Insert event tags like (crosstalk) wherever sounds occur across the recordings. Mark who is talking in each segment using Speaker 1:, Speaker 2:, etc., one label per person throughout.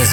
Speaker 1: Ez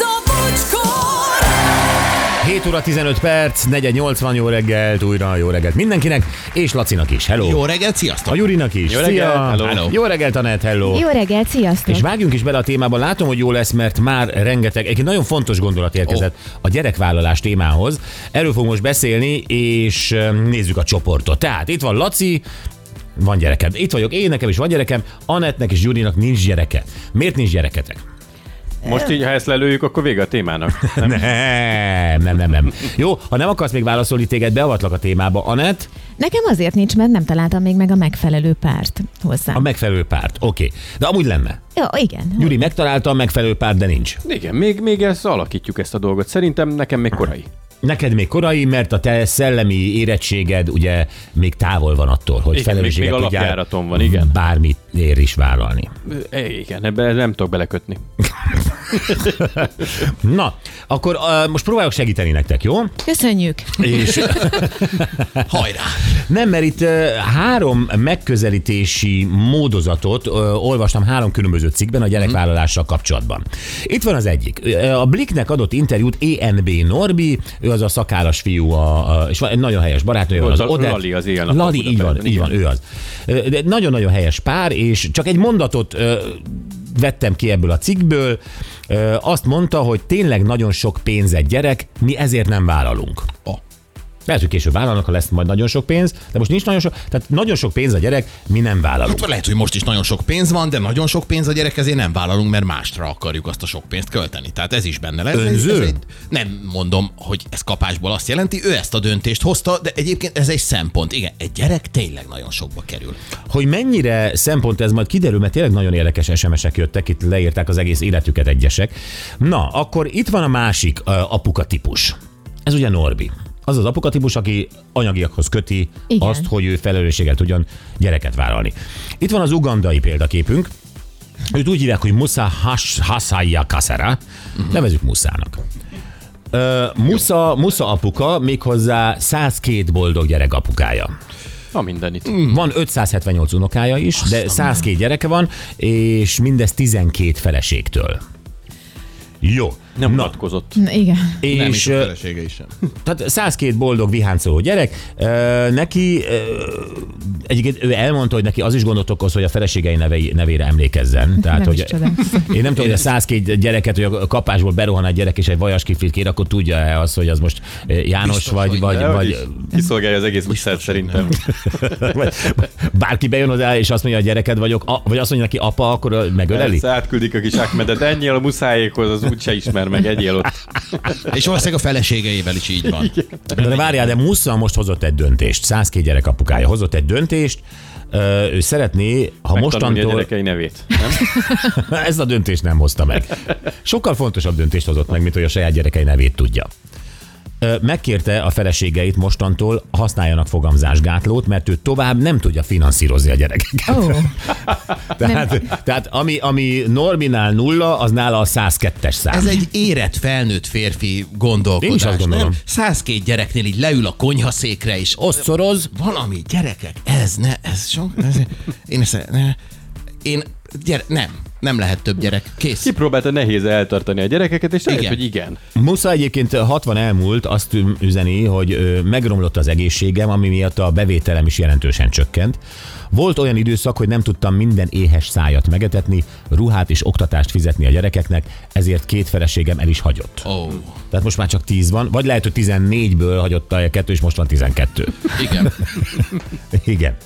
Speaker 2: a bocskor!
Speaker 3: 7 óra 15 perc, 4.80, jó reggelt, újra jó reggelt mindenkinek, és Lacinak is, hello.
Speaker 4: Jó reggelt, sziasztok!
Speaker 3: A Jurinak is,
Speaker 4: Jó
Speaker 3: szia.
Speaker 4: reggelt, hello. Hello.
Speaker 3: Jó reggelt, Anett, hello.
Speaker 5: Jó reggelt, sziasztok!
Speaker 3: És vágjunk is bele a témába, látom, hogy jó lesz, mert már rengeteg, egy nagyon fontos gondolat érkezett oh. a gyerekvállalás témához. Erről fogunk most beszélni, és em, nézzük a csoportot. Tehát itt van Laci, van gyerekem. Itt vagyok én, nekem is van gyerekem, Anetnek és Gyurinak nincs gyereke. Miért nincs gyereketek?
Speaker 6: Most így, ha ezt lelőjük, akkor vége a témának.
Speaker 3: Nem, nem, nem, nem. Jó, ha nem akarsz még válaszolni, téged beavatlak a témába. Anett,
Speaker 5: Nekem azért nincs, mert nem találtam még meg a megfelelő párt hozzá.
Speaker 3: a megfelelő párt. Oké. Okay. De amúgy lenne.
Speaker 5: Jó, igen.
Speaker 3: Gyuri megtalálta a megfelelő párt, de nincs.
Speaker 6: (laughs) Igen, még, még ezt alakítjuk ezt a dolgot. Szerintem nekem még korai.
Speaker 3: Neked még korai, mert a te szellemi érettséged ugye még távol van attól, hogy
Speaker 6: még-
Speaker 3: felelősséget
Speaker 6: még
Speaker 3: tudjál
Speaker 6: alapjáraton van, igen.
Speaker 3: bármit ér is vállalni.
Speaker 6: E, igen, ebbe nem tudok belekötni.
Speaker 3: Na, akkor uh, most próbálok segíteni nektek, jó?
Speaker 5: Köszönjük.
Speaker 3: És
Speaker 4: Hajrá!
Speaker 3: nem, mert itt ö, három megközelítési módozatot ö, olvastam három különböző cikkben a
Speaker 6: Mhm.
Speaker 3: gyerekvállalással kapcsolatban. Itt van az egyik. Ö, A Bliknek adott interjút ENB Norbi, ő az a szakállas fiú, a, a, és van egy nagyon helyes barátnője van.
Speaker 6: Volt
Speaker 3: Az
Speaker 6: a
Speaker 3: Odett.
Speaker 6: Lali az éjjel napon
Speaker 3: Lali, így van,
Speaker 6: Budapesten,
Speaker 3: így van, ő az. Ö, De nagyon-nagyon helyes pár, és csak egy mondatot ö, vettem ki ebből a cikkből. Ö, Azt mondta, hogy tényleg nagyon sok pénz egy gyerek, mi ezért nem vállalunk. Lehet, hogy később vállalnak, ha lesz majd nagyon sok pénz, de most nincs nagyon sok, tehát nagyon sok pénz a gyerek, mi nem vállalunk.
Speaker 4: Hát lehet, hogy most is nagyon sok pénz van, de nagyon sok pénz a gyerek, ezért nem vállalunk, mert másra akarjuk azt a sok pénzt költeni. Tehát ez is benne lesz.
Speaker 3: Önző?
Speaker 4: Ez egy, nem mondom, hogy ez kapásból azt jelenti, ő ezt a döntést hozta, de egyébként ez egy szempont. Igen, egy gyerek tényleg nagyon sokba kerül.
Speaker 3: Hogy mennyire szempont ez majd kiderül, mert tényleg nagyon érdekes SMS-ek jöttek, itt leírták az egész életüket egyesek. Na, akkor itt van a másik ö, apuka típus. Ez ugye Norbi. Az az apuka típus, aki anyagiakhoz köti Igen.
Speaker 5: Igen.
Speaker 3: azt, hogy ő felelősséget tudjon gyereket vállalni. Itt van az ugandai példaképünk. Őt úgy hívják, hogy Musa Has- Hasaya Kasera. Uh-huh. Nevezük Muszának. Ö, Musza, Musza apuka, méghozzá 102 boldog gyerek apukája.
Speaker 6: Na minden itt.
Speaker 3: Van 578 unokája is, de 102 gyereke van, és mindez 12 feleségtől. Jó.
Speaker 6: Nem mutatkozott.
Speaker 5: Na, Igen.
Speaker 3: és
Speaker 4: nem is a
Speaker 3: ö,
Speaker 4: felesége is sem.
Speaker 3: (laughs) tehát 102 boldog, viháncoló gyerek. Ö, Neki, ö, egyébként ő elmondta, hogy neki az is gondot okoz, hogy a feleségei nevei, nevére emlékezzen. Tehát,
Speaker 5: is
Speaker 3: hogy
Speaker 5: csodálom.
Speaker 3: (laughs) én nem tudom, hogy a 102 gyereket, hogy a kapásból berohan egy gyerek és egy vajas kiflit kér, akkor tudja-e az, hogy az most ö, János
Speaker 4: Biztos,
Speaker 3: vagy,
Speaker 4: hogy
Speaker 3: vagy,
Speaker 6: De,
Speaker 3: vagy,
Speaker 6: hogy is Kiszolgálja az egész visszát szerintem.
Speaker 3: vagy bárki bejön hozzá, és azt mondja, a gyereked vagyok, a, vagy azt mondja neki apa, akkor ö, megöleli?
Speaker 6: Persze, átküldik a kis Ahmedet. Ennyél a muszájékhoz, az úgyse ismer meg, egyél ott.
Speaker 4: És valószínűleg a feleségeivel is így van.
Speaker 3: De várjál, de Musza most hozott egy döntést. 102 gyerek apukája hozott egy döntést. Ö, Ő szeretné, ha
Speaker 6: Megtanulni a
Speaker 3: mostantól...
Speaker 6: gyerekei nevét. Nem?
Speaker 3: (laughs) Ez a döntést nem hozta meg. Sokkal fontosabb döntést hozott meg, mint hogy a saját gyerekei nevét tudja. Ö, Megkérte a feleségeit mostantól használjanak fogamzásgátlót, mert ő tovább nem tudja finanszírozni a gyerekeket. (laughs)
Speaker 5: Ó,
Speaker 3: Tehát, tehát ami, ami Norminál nulla, az nála a 102-es szám.
Speaker 4: Ez egy érett felnőtt férfi gondolkodás.
Speaker 3: Én is azt gondolom.
Speaker 4: Nem? 102 gyereknél így leül a konyhaszékre, és
Speaker 3: osztoroz,
Speaker 4: valami, gyerekek, ez ne, ez sok, ez, én ezt, ne, én, gyere, nem, nem lehet több gyerek, kész.
Speaker 6: Kipróbálta nehéz eltartani a gyerekeket, és lehet,
Speaker 4: Igen.
Speaker 6: hogy igen.
Speaker 3: Musza egyébként 60 elmúlt, azt üzeni, hogy ö, megromlott az egészségem, ami miatt a bevételem is jelentősen csökkent. Volt olyan időszak, hogy nem tudtam minden éhes szájat megetetni, ruhát és oktatást fizetni a gyerekeknek, ezért két feleségem el is hagyott.
Speaker 4: Ó, oh,
Speaker 3: Tehát most már csak 10 van, vagy lehet, hogy 14-ből hagyott a kettő, és most van 12.
Speaker 4: igen.
Speaker 3: (laughs) Igen.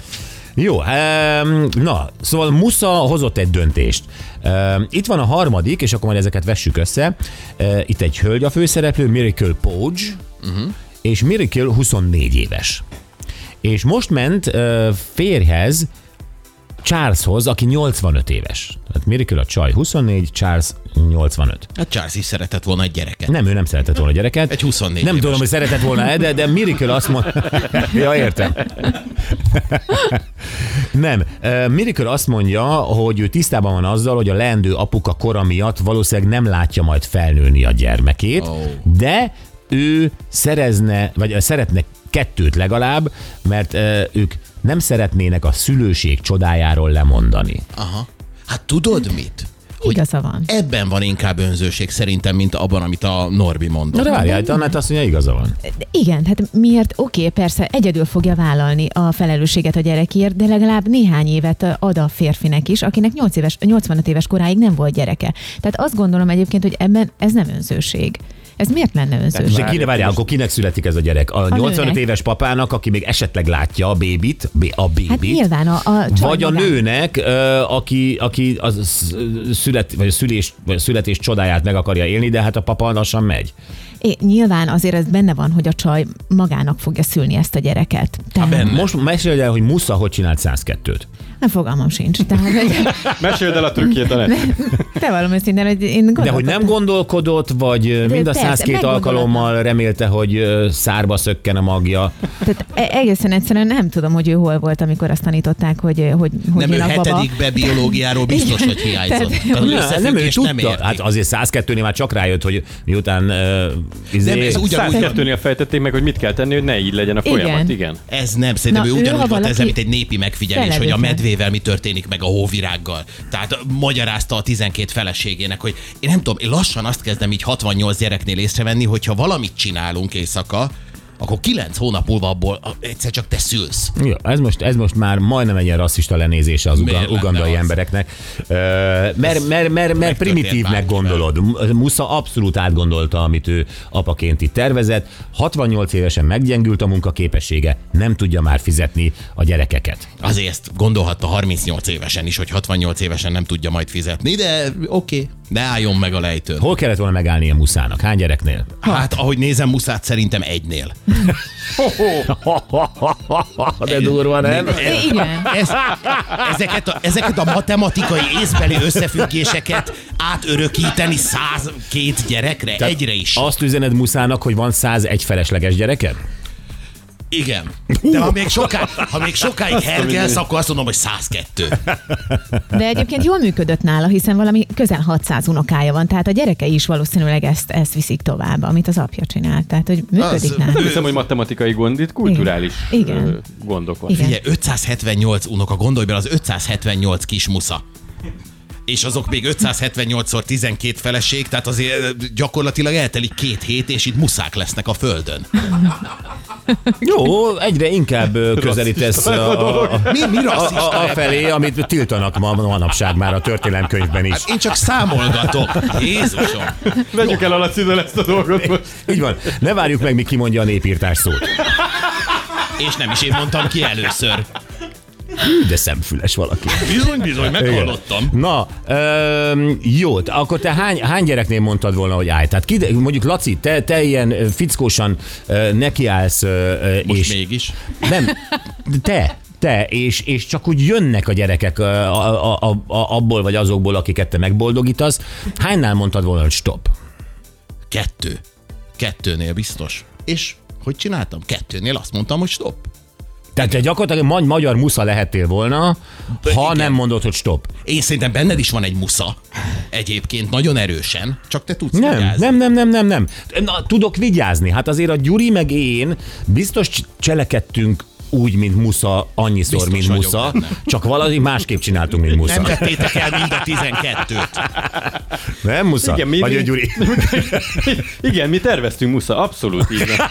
Speaker 3: Jó, em, na, szóval Musza hozott egy döntést. Em, Itt van a harmadik, és akkor majd ezeket vessük össze. E, Itt egy hölgy a főszereplő, Miracle Poge, uh-huh. és Miracle 24 éves. És most ment ö, férjhez, Charleshoz, aki 85 éves. Tehát Miracle a csaj 24, Charles 85.
Speaker 4: Hát Charles is szeretett volna egy gyereket.
Speaker 3: Nem, ő nem szeretett volna gyereket.
Speaker 4: Egy 24
Speaker 3: Nem
Speaker 4: éves.
Speaker 3: tudom, hogy szeretett volna de, de Miracle azt
Speaker 4: (laughs)
Speaker 3: mondja... ja, értem. nem. Uh, Miracle azt mondja, hogy ő tisztában van azzal, hogy a leendő apuka kora miatt valószínűleg nem látja majd
Speaker 4: Oh.
Speaker 3: felnőni a gyermekét,
Speaker 4: Ó.
Speaker 3: de ő szerezne, vagy ö, szeretne kettőt legalább, mert e, ők nem szeretnének a szülőség csodájáról lemondani.
Speaker 4: Aha. Hát tudod mit?
Speaker 5: Igaza van.
Speaker 4: Ebben van inkább önzőség szerintem, mint abban, amit a Norbi
Speaker 3: Na
Speaker 4: mondott.
Speaker 3: de várjál, itt Annát azt mondja, igaza van.
Speaker 5: De Igen, hát miért? Oké, persze egyedül fogja vállalni a felelősséget a gyerekért, de legalább néhány évet ö, ad a férfinek is, akinek 8 éves, 85 éves koráig nem volt gyereke. Tehát azt gondolom egyébként, hogy ebben ez nem önzőség. Ez miért lenne
Speaker 3: És
Speaker 5: önzőség?
Speaker 6: Várj,
Speaker 3: kire várjál,
Speaker 6: most-
Speaker 3: akkor kinek születik ez a gyerek? A, 85
Speaker 5: nőnek.
Speaker 3: éves papának, aki még esetleg látja a bébit, bé- a bébit.
Speaker 5: Hát nyilván a, a csaj
Speaker 3: Vagy a
Speaker 5: magán-
Speaker 3: nőnek, ö, aki, aki a sz- szület, vagy a, szülés, vagy a születés csodáját meg akarja élni, de hát a papa lassan megy.
Speaker 5: É, nyilván azért ez benne van, hogy a csaj magának fogja szülni ezt a gyereket. Tehát
Speaker 4: benne.
Speaker 3: Most mesélj el, hogy Musza hogy csinált 102-t.
Speaker 5: nem fogalmam sincs. Tehát, hogy, (laughs)
Speaker 6: Meséld el a trükkjét, Anett.
Speaker 5: te valami szinten, hogy én
Speaker 3: De hogy nem gondolkodott, vagy ö, mind a
Speaker 5: persze,
Speaker 3: 102
Speaker 5: meggondolatlan.
Speaker 3: alkalommal remélte, hogy ö, szárba szökken a magja.
Speaker 5: Tehát e- egészen egyszerűen nem tudom, hogy ő hol volt, amikor azt tanították, hogy hogy, hogy
Speaker 4: nem ő
Speaker 5: jön a baba.
Speaker 4: hetedikbe biológiáról biztos, hogy hiányzott.
Speaker 5: Tehát-
Speaker 4: Tehát az
Speaker 3: Nem, nem ő
Speaker 4: összefüggés
Speaker 3: tudta.
Speaker 4: érti.
Speaker 3: hát azért 102-nél már csak rájött, hogy miután... ö, izé-
Speaker 4: Nem, ez úgy- Ugyanúgy
Speaker 6: 102-nél fejtették meg, hogy mit kell tenni, hogy ne így legyen a folyamat.
Speaker 5: Igen.
Speaker 6: Igen.
Speaker 4: Ez nem, szerintem
Speaker 5: Na,
Speaker 4: ő
Speaker 5: ő, ha
Speaker 4: ugyanúgy volt ezzel,
Speaker 5: valaki
Speaker 4: mint egy népi megfigyelés, hogy a
Speaker 5: felelőtlen.
Speaker 4: medvével mi történik, meg a hóvirággal. Tehát ö, magyarázta a 12 feleségének, hogy én nem tudom, én lassan azt kezdem így 68 gyereknél észrevenni, hogyha valamit csinálunk éjszaka, akkor 9 hónap múlva abból a- egyszer csak te szülsz.
Speaker 3: Jó, ez most, ez most már majdnem egy ilyen rasszista lenézése az
Speaker 4: Miért
Speaker 3: uga,
Speaker 4: lenne
Speaker 3: ugandai
Speaker 4: az?
Speaker 3: embereknek. Ö, Mert, mert, mert, mert primitívnek
Speaker 4: bárkivel.
Speaker 3: gondolod. M- Musza abszolút átgondolta, amit ő apaként itt tervezett. 68 évesen meggyengült a munkaképessége, nem tudja már fizetni a gyerekeket.
Speaker 4: Azért ezt gondolhatta 38 évesen is, hogy 68 évesen nem tudja majd fizetni, de oké, okay, ne álljon meg a lejtőn.
Speaker 3: Hol kellett volna megállni a muszának? Hány gyereknél?
Speaker 4: Hát, ahogy nézem, muszát szerintem egynél.
Speaker 3: De durva, nem?
Speaker 5: É, Igen.
Speaker 4: Ez, ezeket, a, ezeket a matematikai észbeli összefüggéseket átörökíteni 102 gyerekre Tehát egyre is. A...
Speaker 3: Azt üzened muszának, hogy van 101 felesleges gyereked?
Speaker 4: Igen. De ha még, soká, ha még sokáig hergelsz, akkor azt mondom, hogy 102.
Speaker 5: De egyébként jól működött nála, hiszen valami közel 600 unokája van, tehát a gyerekei is valószínűleg ezt, ezt viszik tovább, amit az apja csinált. Tehát, hogy működik
Speaker 4: Az-
Speaker 5: az, nála.
Speaker 6: Nem hiszem, hogy matematikai gond, itt kulturális
Speaker 5: Igen.
Speaker 6: ö, gondok van.
Speaker 5: Igen.
Speaker 4: Figyelj, 578 unoka, gondolj bele, az 578 kis musza. És azok még 578-szor 12 feleség, tehát azért gyakorlatilag eltelik két hét, és itt muszák lesznek a földön.
Speaker 3: Jó, egyre inkább ö, közelítesz a, a, a,
Speaker 4: Mi, mi
Speaker 3: a, a, a felé, amit tiltanak ma manapság már a történelemkönyvben is.
Speaker 4: Hát én csak számolgatok. Jézusom.
Speaker 6: Vegyük el alatt ezt a dolgot most.
Speaker 3: Így van. Ne várjuk meg, mi kimondja a népírtás szót.
Speaker 4: És nem is én mondtam ki először.
Speaker 3: Hű, De szemfüles valaki.
Speaker 4: Bizony, bizony, meghallottam.
Speaker 3: Na, öm, jó, t- akkor te hány, hány gyereknél mondtad volna, hogy állj? Tehát ki, mondjuk Laci, te, te ilyen ö, fickósan ö, nekiállsz, ö, ö,
Speaker 4: Most
Speaker 3: és...
Speaker 4: mégis.
Speaker 3: Nem, te, te, és, és csak úgy jönnek a gyerekek ö, a, a, a, abból vagy azokból, akiket te megboldogítasz. Hánynál mondtad volna, hogy stop?
Speaker 4: Kettő. Kettőnél biztos. És hogy csináltam? Kettőnél azt mondtam, hogy stop.
Speaker 3: Tehát te gyakorlatilag magy- magyar musza lehettél volna, ha
Speaker 4: Hát, igen.
Speaker 3: nem mondod, hogy stop.
Speaker 4: Én szerintem benned is van egy musza. Egyébként nagyon erősen, csak te tudsz
Speaker 3: Nem,
Speaker 4: vigyázni.
Speaker 3: nem, nem, nem, nem, nem. Na, tudok vigyázni. Hát azért a Gyuri meg én biztos cs- cselekedtünk úgy, mint musza, annyiszor,
Speaker 4: Biztos
Speaker 3: mint
Speaker 4: vagyok
Speaker 3: musza,
Speaker 4: benne.
Speaker 3: csak valahogy másképp csináltunk, mint musza.
Speaker 4: Nem
Speaker 3: Nem,
Speaker 4: vettétek el mind a 12-t.
Speaker 3: nem musza?
Speaker 6: Igen, mi-
Speaker 3: Vagy a
Speaker 6: mi-
Speaker 3: Gyuri?
Speaker 6: (laughs) Igen, mi terveztünk, Musza, abszolút így. van.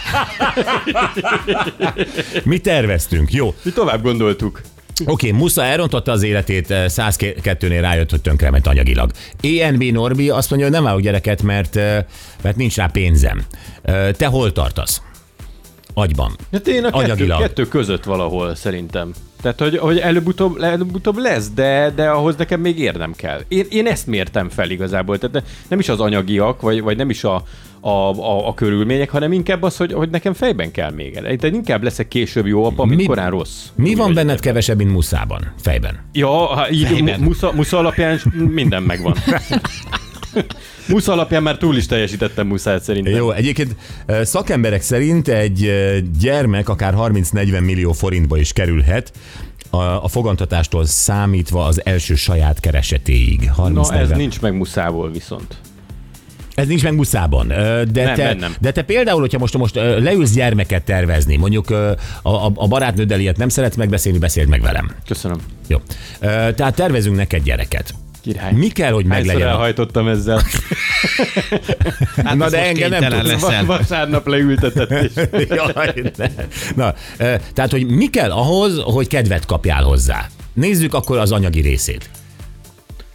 Speaker 3: Mi terveztünk, jó.
Speaker 6: Mi tovább gondoltuk.
Speaker 3: Oké, okay, Musza elrontotta az életét, eh, 102-nél rájött, hogy tönkrement anyagilag. ENB Norbi azt mondja, hogy nem állok gyereket, mert, eh, mert nincs rá pénzem. Eh, Te hol tartasz? Agyban.
Speaker 6: Hát én a kettő,
Speaker 3: Anyagilag.
Speaker 6: kettő, között valahol szerintem. Tehát, hogy, hogy előbb-utóbb, előbb-utóbb lesz, de, de ahhoz nekem még érnem kell. Én, én ezt mértem fel igazából. Tehát ne, nem is az anyagiak, vagy, vagy nem is a, a, a, a körülmények, hanem inkább az, hogy, hogy nekem fejben kell még el. Tehát inkább leszek később jó apa, mint
Speaker 3: Mi-
Speaker 6: korán rossz.
Speaker 3: Mi
Speaker 6: Úgy
Speaker 3: van
Speaker 6: vagy.
Speaker 3: benned kevesebb, mint Muszában? Fejben.
Speaker 6: Ja, ha így
Speaker 4: Fejben.
Speaker 6: mu- musza, musza alapján s- minden
Speaker 3: (laughs)
Speaker 6: megvan. Musza alapján már túl is teljesítettem muszát szerintem.
Speaker 3: Jó, egyébként eh, szakemberek szerint egy eh, gyermek akár 30-40 millió forintba is kerülhet, a, a fogantatástól számítva az első saját keresetéig. 30-40.
Speaker 6: Na ez nincs meg muszából viszont.
Speaker 3: Ez nincs meg buszában. Ö, De,
Speaker 6: Nem,
Speaker 3: te,
Speaker 6: bennem.
Speaker 3: de te például, hogyha most, most ö, leülsz gyermeket tervezni, mondjuk ö, a, a, a barátnőddel ilyet nem szeretsz megbeszélni, beszéld meg velem.
Speaker 6: Köszönöm.
Speaker 3: Jó. Ö, Tehát tervezünk neked gyereket.
Speaker 6: Király.
Speaker 3: Mi kell, hogy
Speaker 6: Hányszor
Speaker 3: meglegyen? a- (laughs)
Speaker 6: elhajtottam ezzel?
Speaker 4: Hát
Speaker 3: Na
Speaker 4: ez
Speaker 3: de
Speaker 4: most
Speaker 3: engem nem
Speaker 4: kénytelen
Speaker 3: tudsz.
Speaker 4: leszel.
Speaker 6: Vasárnap leültetett és...
Speaker 3: (laughs) Jaj, ne. Na, ö, tehát, hogy mi kell ahhoz, hogy kedvet kapjál hozzá? Nézzük akkor az anyagi részét.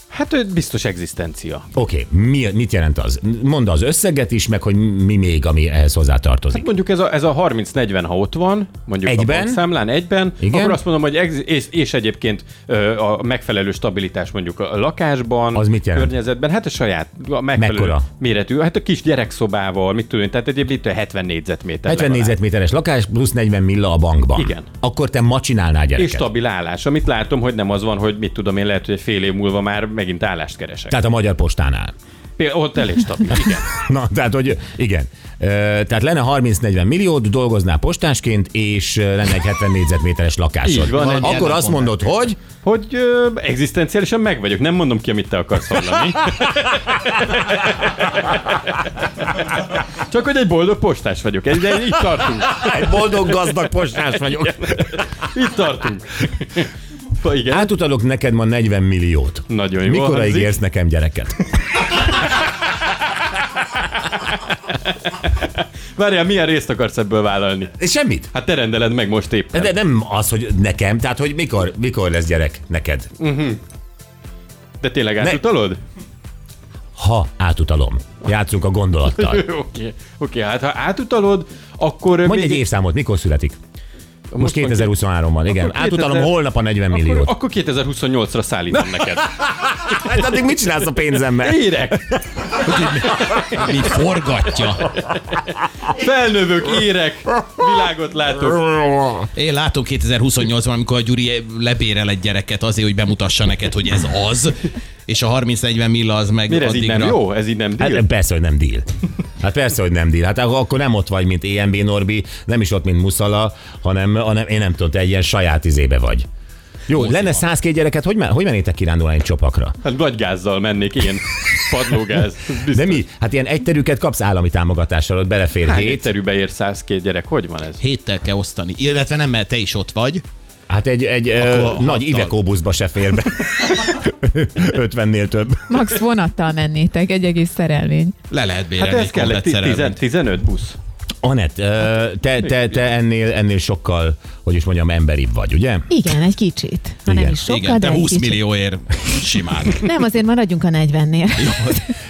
Speaker 6: Hát ő biztos egzisztencia.
Speaker 3: Oké, okay, mi, mit jelent az? Mondd az összeget is, meg hogy mi még, ami ehhez hozzá tartozik.
Speaker 6: Mondjuk ez a, ez a 30-40, ha ott van, mondjuk
Speaker 3: Egyben?
Speaker 6: a számlán egyben,
Speaker 3: Igen.
Speaker 6: akkor azt mondom, hogy ex- és, és egyébként ö, a megfelelő stabilitás mondjuk a lakásban,
Speaker 3: Az mit jelent?
Speaker 6: környezetben, hát a saját, a megfelelő
Speaker 3: Mekkora?
Speaker 6: méretű, hát a kis gyerekszobával, mit tudom én, tehát egyébként 70 négyzetméter.
Speaker 3: 70
Speaker 6: legalább.
Speaker 3: négyzetméteres lakás, plusz 40 milla a bankban.
Speaker 6: Igen.
Speaker 3: Akkor te ma csinálnál
Speaker 6: És
Speaker 3: gyereket.
Speaker 6: stabil állás, amit látom, hogy nem az van, hogy mit tudom én, lehet, hogy egy fél év múlva már megint állást keresek.
Speaker 3: Tehát a Magyar Postánál.
Speaker 6: Például ott elég stabil, igen.
Speaker 3: Na, tehát, hogy igen. Ö, Tehát lenne 30-40 milliód, dolgoznál postásként, és ö, lenne egy 70 négyzetméteres lakásod.
Speaker 6: Így van, egy
Speaker 3: Akkor
Speaker 4: ilyen
Speaker 3: azt
Speaker 4: napon
Speaker 3: mondod, hogy
Speaker 6: Hogy ö, egzisztenciálisan meg vagyok, nem mondom ki, amit te akarsz hallani. Csak, hogy egy boldog postás vagyok. Egy, de itt tartunk.
Speaker 3: egy boldog gazdag postás vagyok.
Speaker 6: Itt tartunk. Pa, Igen, hát,
Speaker 3: Átutalok neked ma 40 milliót.
Speaker 6: nagyon jó.
Speaker 3: Mikor
Speaker 6: hangzik.
Speaker 3: ígérsz nekem gyereket?
Speaker 6: (laughs) Várjál, milyen részt akarsz ebből vállalni?
Speaker 3: Semmit.
Speaker 6: Hát te rendeled meg most éppen.
Speaker 3: De
Speaker 6: De,
Speaker 3: nem az, hogy nekem, tehát hogy mikor, mikor lesz gyerek neked,
Speaker 6: de tényleg átutalod?
Speaker 3: ha átutalom. Játszunk a
Speaker 6: (laughs)
Speaker 3: gondolattal.
Speaker 6: Oké, oké, hát ha átutalod, akkor...
Speaker 3: Mondj egy évszámot, mikor születik? Most
Speaker 6: van
Speaker 3: 2023 ban igen.
Speaker 6: Akkor
Speaker 3: Átutalom
Speaker 6: 2000
Speaker 3: holnap a 40
Speaker 6: Akkor,
Speaker 3: milliót.
Speaker 6: akkor 2028-ra szállítom neked.
Speaker 3: Hát addig mit csinálsz a pénzemmel?
Speaker 6: Érek!
Speaker 4: Így forgatja.
Speaker 6: Felnövök, érek! Világot látok!
Speaker 4: Én látom 2028-ban, amikor a Gyuri lebérel egy gyereket azért, hogy bemutassa neked, hogy ez az, és a 30-40 milla az meg
Speaker 6: Miért ez így
Speaker 4: addigra...
Speaker 6: nem jó? Ez így nem deal?
Speaker 3: Hát persze, hogy nem deal. Hát persze, hogy nem deal. Hát ak- akkor nem ott vagy, mint EMB Norbi, nem is ott, mint Muszala, hanem, hanem én nem tudom, te egy ilyen saját izébe vagy. Jó,
Speaker 4: Moziba.
Speaker 3: lenne 102 gyereket, hogy, men- hogy mennétek kirándulni csopakra?
Speaker 6: Hát nagy gázzal mennék én. (laughs) Padlógáz. ez Biztos. Hát,
Speaker 3: De mi? Hát ilyen egyterüket kapsz állami támogatással, ott belefér
Speaker 6: Hány
Speaker 3: hét.
Speaker 6: étterűbe ér 102 gyerek? Hogy van ez?
Speaker 4: Héttel kell osztani. Illetve nem, mert te is ott vagy.
Speaker 3: Hát egy, egy ö,
Speaker 4: Akkor
Speaker 3: nagy
Speaker 4: hattal.
Speaker 3: idekóbuszba se fér be. (laughs) 50-nél több.
Speaker 5: Max vonattal mennétek, egy egész szerelvény.
Speaker 4: Le lehet bérelni
Speaker 6: Hát ez kell egy
Speaker 4: komplett
Speaker 6: ti- tizen-
Speaker 4: szerelvényt.
Speaker 6: 15 busz.
Speaker 3: Anett, ö, te, te, te ennél, ennél sokkal, hogy is mondjam, emberibb vagy, ugye?
Speaker 5: Igen, egy kicsit. Ha nem
Speaker 3: Igen.
Speaker 5: is sokkal,
Speaker 4: Igen,
Speaker 5: de
Speaker 4: te
Speaker 5: egy
Speaker 4: 20
Speaker 5: kicsit.
Speaker 4: millióért simán.
Speaker 5: Nem, azért maradjunk a 40-nél.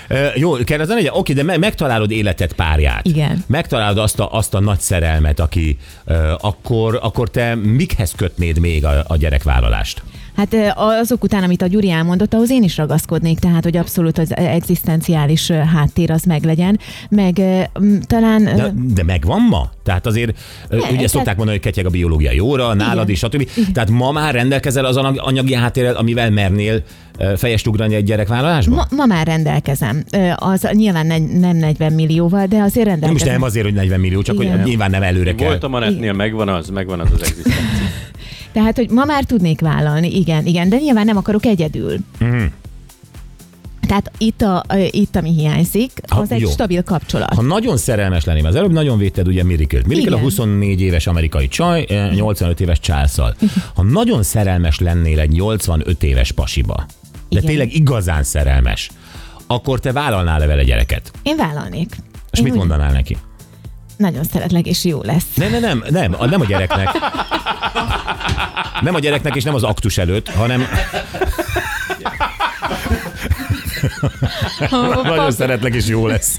Speaker 3: Ö, Jó, kell az a negyed? Oké, de me- megtalálod életed párját.
Speaker 5: Igen.
Speaker 3: Megtalálod azt a, azt a nagy szerelmet, aki ö, akkor, akkor te mikhez kötnéd még a, a gyerekvállalást?
Speaker 5: Hát ö, azok után, amit a Gyuri elmondott, ahhoz én is ragaszkodnék, tehát hogy abszolút az egzisztenciális ö, háttér az meglegyen, meg ö, m, talán... ö,
Speaker 3: De, de megvan ma? Tehát azért, ne, ugye
Speaker 5: tehát-
Speaker 3: szokták mondani, hogy ketyeg a biológiai óra, nálad
Speaker 5: Igen.
Speaker 3: is, stb. Tehát ma már rendelkezel az anyag- anyagi háttérrel, amivel mernél ö, fejest ugrani egy gyerekvállalásba?
Speaker 5: Ma, ma már rendelkezem. Ö, Az nyilván ne, nem 40 millióval, de azért
Speaker 3: nem is
Speaker 5: rendelkezem.
Speaker 3: nem azért, hogy 40 millió, csak
Speaker 5: Igen.
Speaker 3: hogy nyilván nem előre kell.
Speaker 6: Voltam a netnél, megvan az, megvan az az egzisztencia.
Speaker 5: Tehát, hogy ma már tudnék vállalni, igen, igen, de nyilván nem akarok egyedül. Mm.
Speaker 3: Mhm.
Speaker 5: Tehát itt, a, ö, itt, ami hiányzik,
Speaker 3: Ha-
Speaker 5: az egy
Speaker 3: jó.
Speaker 5: stabil kapcsolat.
Speaker 3: Ha nagyon szerelmes lenném, az előbb nagyon védted ugye Miriköt. Mirikel a
Speaker 5: Igen.
Speaker 3: 24 éves amerikai csaj, eh, 85 éves császal. Ha nagyon szerelmes lennél egy 85 éves pasiba, de
Speaker 5: Igen.
Speaker 3: tényleg igazán szerelmes, akkor te vállalnál-e vele gyereket?
Speaker 5: Én vállalnék.
Speaker 3: És
Speaker 5: Én
Speaker 3: mit
Speaker 5: úgy-
Speaker 3: mondanál neki?
Speaker 5: Nagyon szeretlek, és jó lesz.
Speaker 3: Nem, nem, nem, nem, a- nem a
Speaker 5: (laughs)
Speaker 3: gyereknek. Nem a gyereknek, és nem az aktus előtt, hanem nagyon szeretlek, és jó lesz.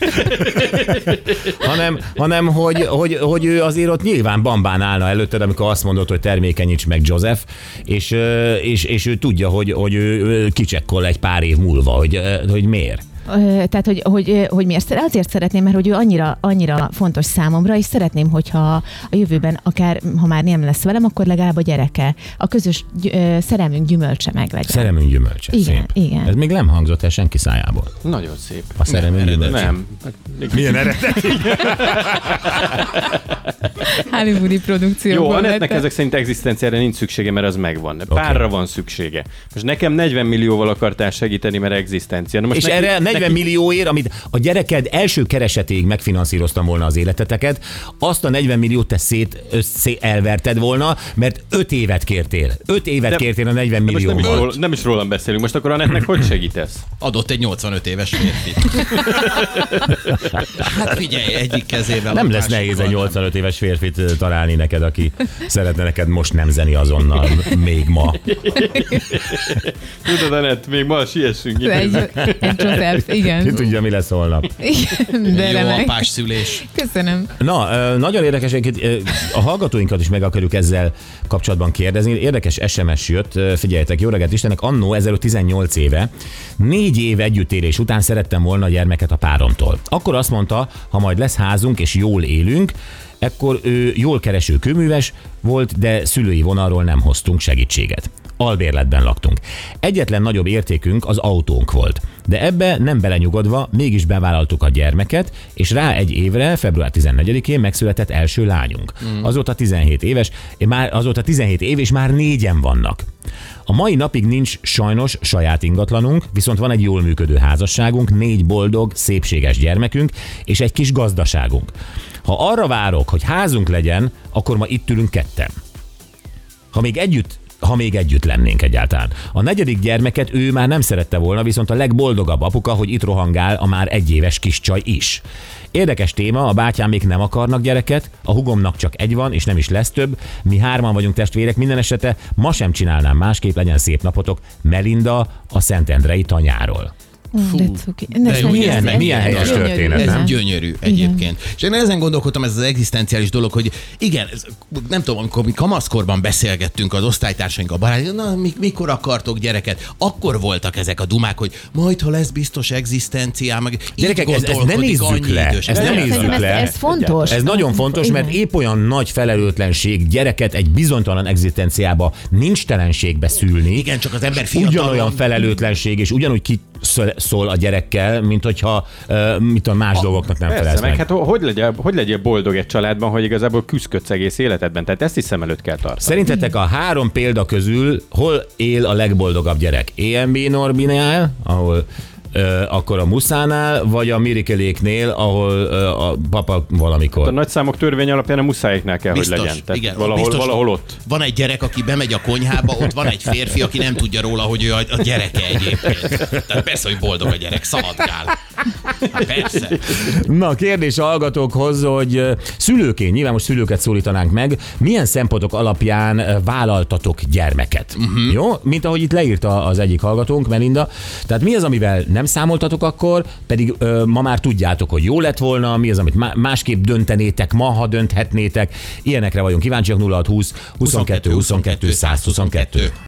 Speaker 6: (laughs)
Speaker 3: hanem, hanem hogy, hogy, hogy, ő azért ott nyilván bambán állna előtted, amikor azt mondod, hogy termékenyíts meg Joseph, és, ö, és, és ő tudja, hogy, hogy ő ő kicsekkol egy pár év múlva, hogy, ö, hogy miért.
Speaker 5: Ö, Tehát, hogy, hogy, hogy miért? szere- Azért szeretném, mert hogy ő annyira, annyira fontos számomra, és szeretném, hogyha a jövőben, akár ha már nem lesz velem, akkor legalább a gyereke, a közös gy- ö, szerelmünk gyümölcse meg legyen.
Speaker 3: Szeremünk gyümölcse.
Speaker 5: Igen,
Speaker 3: szép.
Speaker 5: igen.
Speaker 3: Ez még nem hangzott el senki szájából.
Speaker 6: Nagyon szép.
Speaker 3: A szeremünk gyümölcse.
Speaker 6: Nem. Hát,
Speaker 3: Milyen eredet?
Speaker 5: Hollywoodi produkcióban.
Speaker 6: Jó, Anettnek ezek szerint egzisztenciára nincs szüksége, mert az megvan. Párra van szüksége. Most nekem 40 millióval akartál segíteni, mert egzisztencia. Na most
Speaker 3: És erre 40 40 millióért, amit a gyereked első keresetéig megfinanszíroztam volna az életeteket, azt a 40 milliót te szét össze elverted volna, mert 5 évet kértél. 5 évet
Speaker 6: De-
Speaker 3: kértél a 40
Speaker 6: Most nem is,
Speaker 3: millióval.
Speaker 6: róla, nem is rólam beszélünk, most akkor a netnek hogy segítesz?
Speaker 4: Adott egy 85 éves
Speaker 3: (laughs)
Speaker 4: férfi. Hát figyelj, egyik kezével.
Speaker 3: Nem
Speaker 4: a
Speaker 3: lesz
Speaker 4: másikkal
Speaker 3: nehéz egy
Speaker 4: nem.
Speaker 3: 85 éves férfit ö, találni neked, aki szeretne neked most nem zeni azonnal, még
Speaker 6: (laughs)
Speaker 3: ma.
Speaker 6: Tudod, a net, még ma siessünk.
Speaker 5: Egy,
Speaker 6: időben.
Speaker 5: egy Joseph,
Speaker 3: Ki
Speaker 5: igen.
Speaker 3: tudja, mi lesz holnap.
Speaker 5: (laughs) igen de
Speaker 4: Jó
Speaker 5: remek.
Speaker 4: apás szülés.
Speaker 5: Köszönöm.
Speaker 3: Na, ö, nagyon érdekes, egyébként, ö, a hallgatóinkat is meg akarjuk ezzel kapcsolatban kérdezni. Érdekes SMS jött, ö, figyeljetek, jó reggelt Istennek, annó ezelőtt 18 éve, négy év együttélés után szerettem volna a gyermeket a páromtól. Akkor azt mondta, ha majd lesz házunk és jól élünk, ekkor ő jól kereső kőműves volt, de szülői vonalról nem hoztunk segítséget. Albérletben laktunk. Egyetlen nagyobb értékünk az autónk volt. De ebbe nem belenyugodva mégis bevállaltuk a gyermeket, és rá egy évre, február 14-én megszületett első lányunk. Mm. Azóta 17 éves, már azóta 17 év, és már négyen vannak. A mai napig nincs sajnos saját ingatlanunk, viszont van egy jól működő házasságunk, négy boldog, szépséges gyermekünk és egy kis gazdaságunk. Ha arra várok, hogy házunk legyen, akkor ma itt ülünk ketten ha még együtt ha még együtt lennénk egyáltalán. A negyedik gyermeket ő már nem szerette volna, viszont a legboldogabb apuka, hogy itt rohangál a már egyéves kiscsaj is. Érdekes téma, a bátyám még nem akarnak gyereket, a hugomnak csak egy van, és nem is lesz több. Mi hárman vagyunk testvérek, minden esetre ma sem csinálnám másképp, legyen szép napotok. Melinda a Szentendrei tanyáról.
Speaker 5: Fú, de cuki. De,
Speaker 4: jó,
Speaker 5: nagyon
Speaker 4: milyen-
Speaker 5: szép.
Speaker 4: milyen helyes
Speaker 5: Gyönyörű,
Speaker 3: történet,
Speaker 5: igen.
Speaker 4: Ez gyönyörű egyébként. És én ezen gondolkodtam, ez az egzisztenciális dolog, hogy igen, ez, nem tudom, amikor mi kamaszkorban beszélgettünk az osztálytársainkkal, barátaink, na, mi- mikor akartok gyereket? Akkor voltak ezek a dumák, hogy majd, ha lesz biztos egzisztenciám, meg így
Speaker 3: Gyerekek, ez- ezt ne
Speaker 4: gondolkodik
Speaker 3: nézzük
Speaker 4: annyi
Speaker 3: le.
Speaker 4: idős.
Speaker 3: Ez
Speaker 6: nem
Speaker 5: Szerintem
Speaker 3: nézzük
Speaker 5: ez,
Speaker 3: le.
Speaker 5: ez fontos.
Speaker 3: Ez nagyon fontos, mert épp olyan nagy felelőtlenség gyereket egy bizonytalan egzisztenciába, nincs telenségbe szülni.
Speaker 4: Igen, csak az ember fiatal.
Speaker 3: ugyanolyan felelőtlenség, és ugyanúgy ki szöl- szól a gyerekkel, mint hogyha uh, mit a más a, dolgoknak nem
Speaker 6: Persze,
Speaker 3: felelsz
Speaker 6: meg
Speaker 3: meg.
Speaker 6: hát ho- hogy legyél, hogy legyél boldog egy családban, hogy igazából küzdködsz egész életedben? Tehát ezt is szem előtt kell tartani.
Speaker 4: Szóval-
Speaker 3: Szerintetek a három példa közül hol él a legboldogabb gyerek? EMB Norbinál, ahol ö, akkor a Muszánál, vagy a Mirikeléknél, ahol ö, a papa
Speaker 6: A
Speaker 3: valamikor.
Speaker 6: nagy számok törvény alapján a muszájéknál kell,
Speaker 4: Biztos,
Speaker 6: hogy legyen. Tehát
Speaker 4: igen,
Speaker 6: valahol,
Speaker 4: biztos,
Speaker 6: valahol ott.
Speaker 4: Van egy gyerek, aki bemegy a konyhába, ott van egy férfi, aki nem tudja róla, hogy ő a, a gyereke egyébként. Tehát persze, hogy boldog a gyerek, szaladgál. Hát persze.
Speaker 3: Na, kérdés a hallgatókhoz, hogy ö, szülőként, nyilván most szülőket szólítanánk meg, milyen szempontok alapján ö, vállaltatok gyermeket? Uh-huh. Jó? Mint ahogy itt leírta az egyik hallgatónk, Melinda. Tehát mi az, amivel nem számoltatok akkor, pedig ö, ma már tudjátok, hogy jó lett volna, mi az, amit má- másképp döntenétek ma, ha dönthetnétek. Ilyenekre vagyunk kíváncsiak, 0620 22 22 122.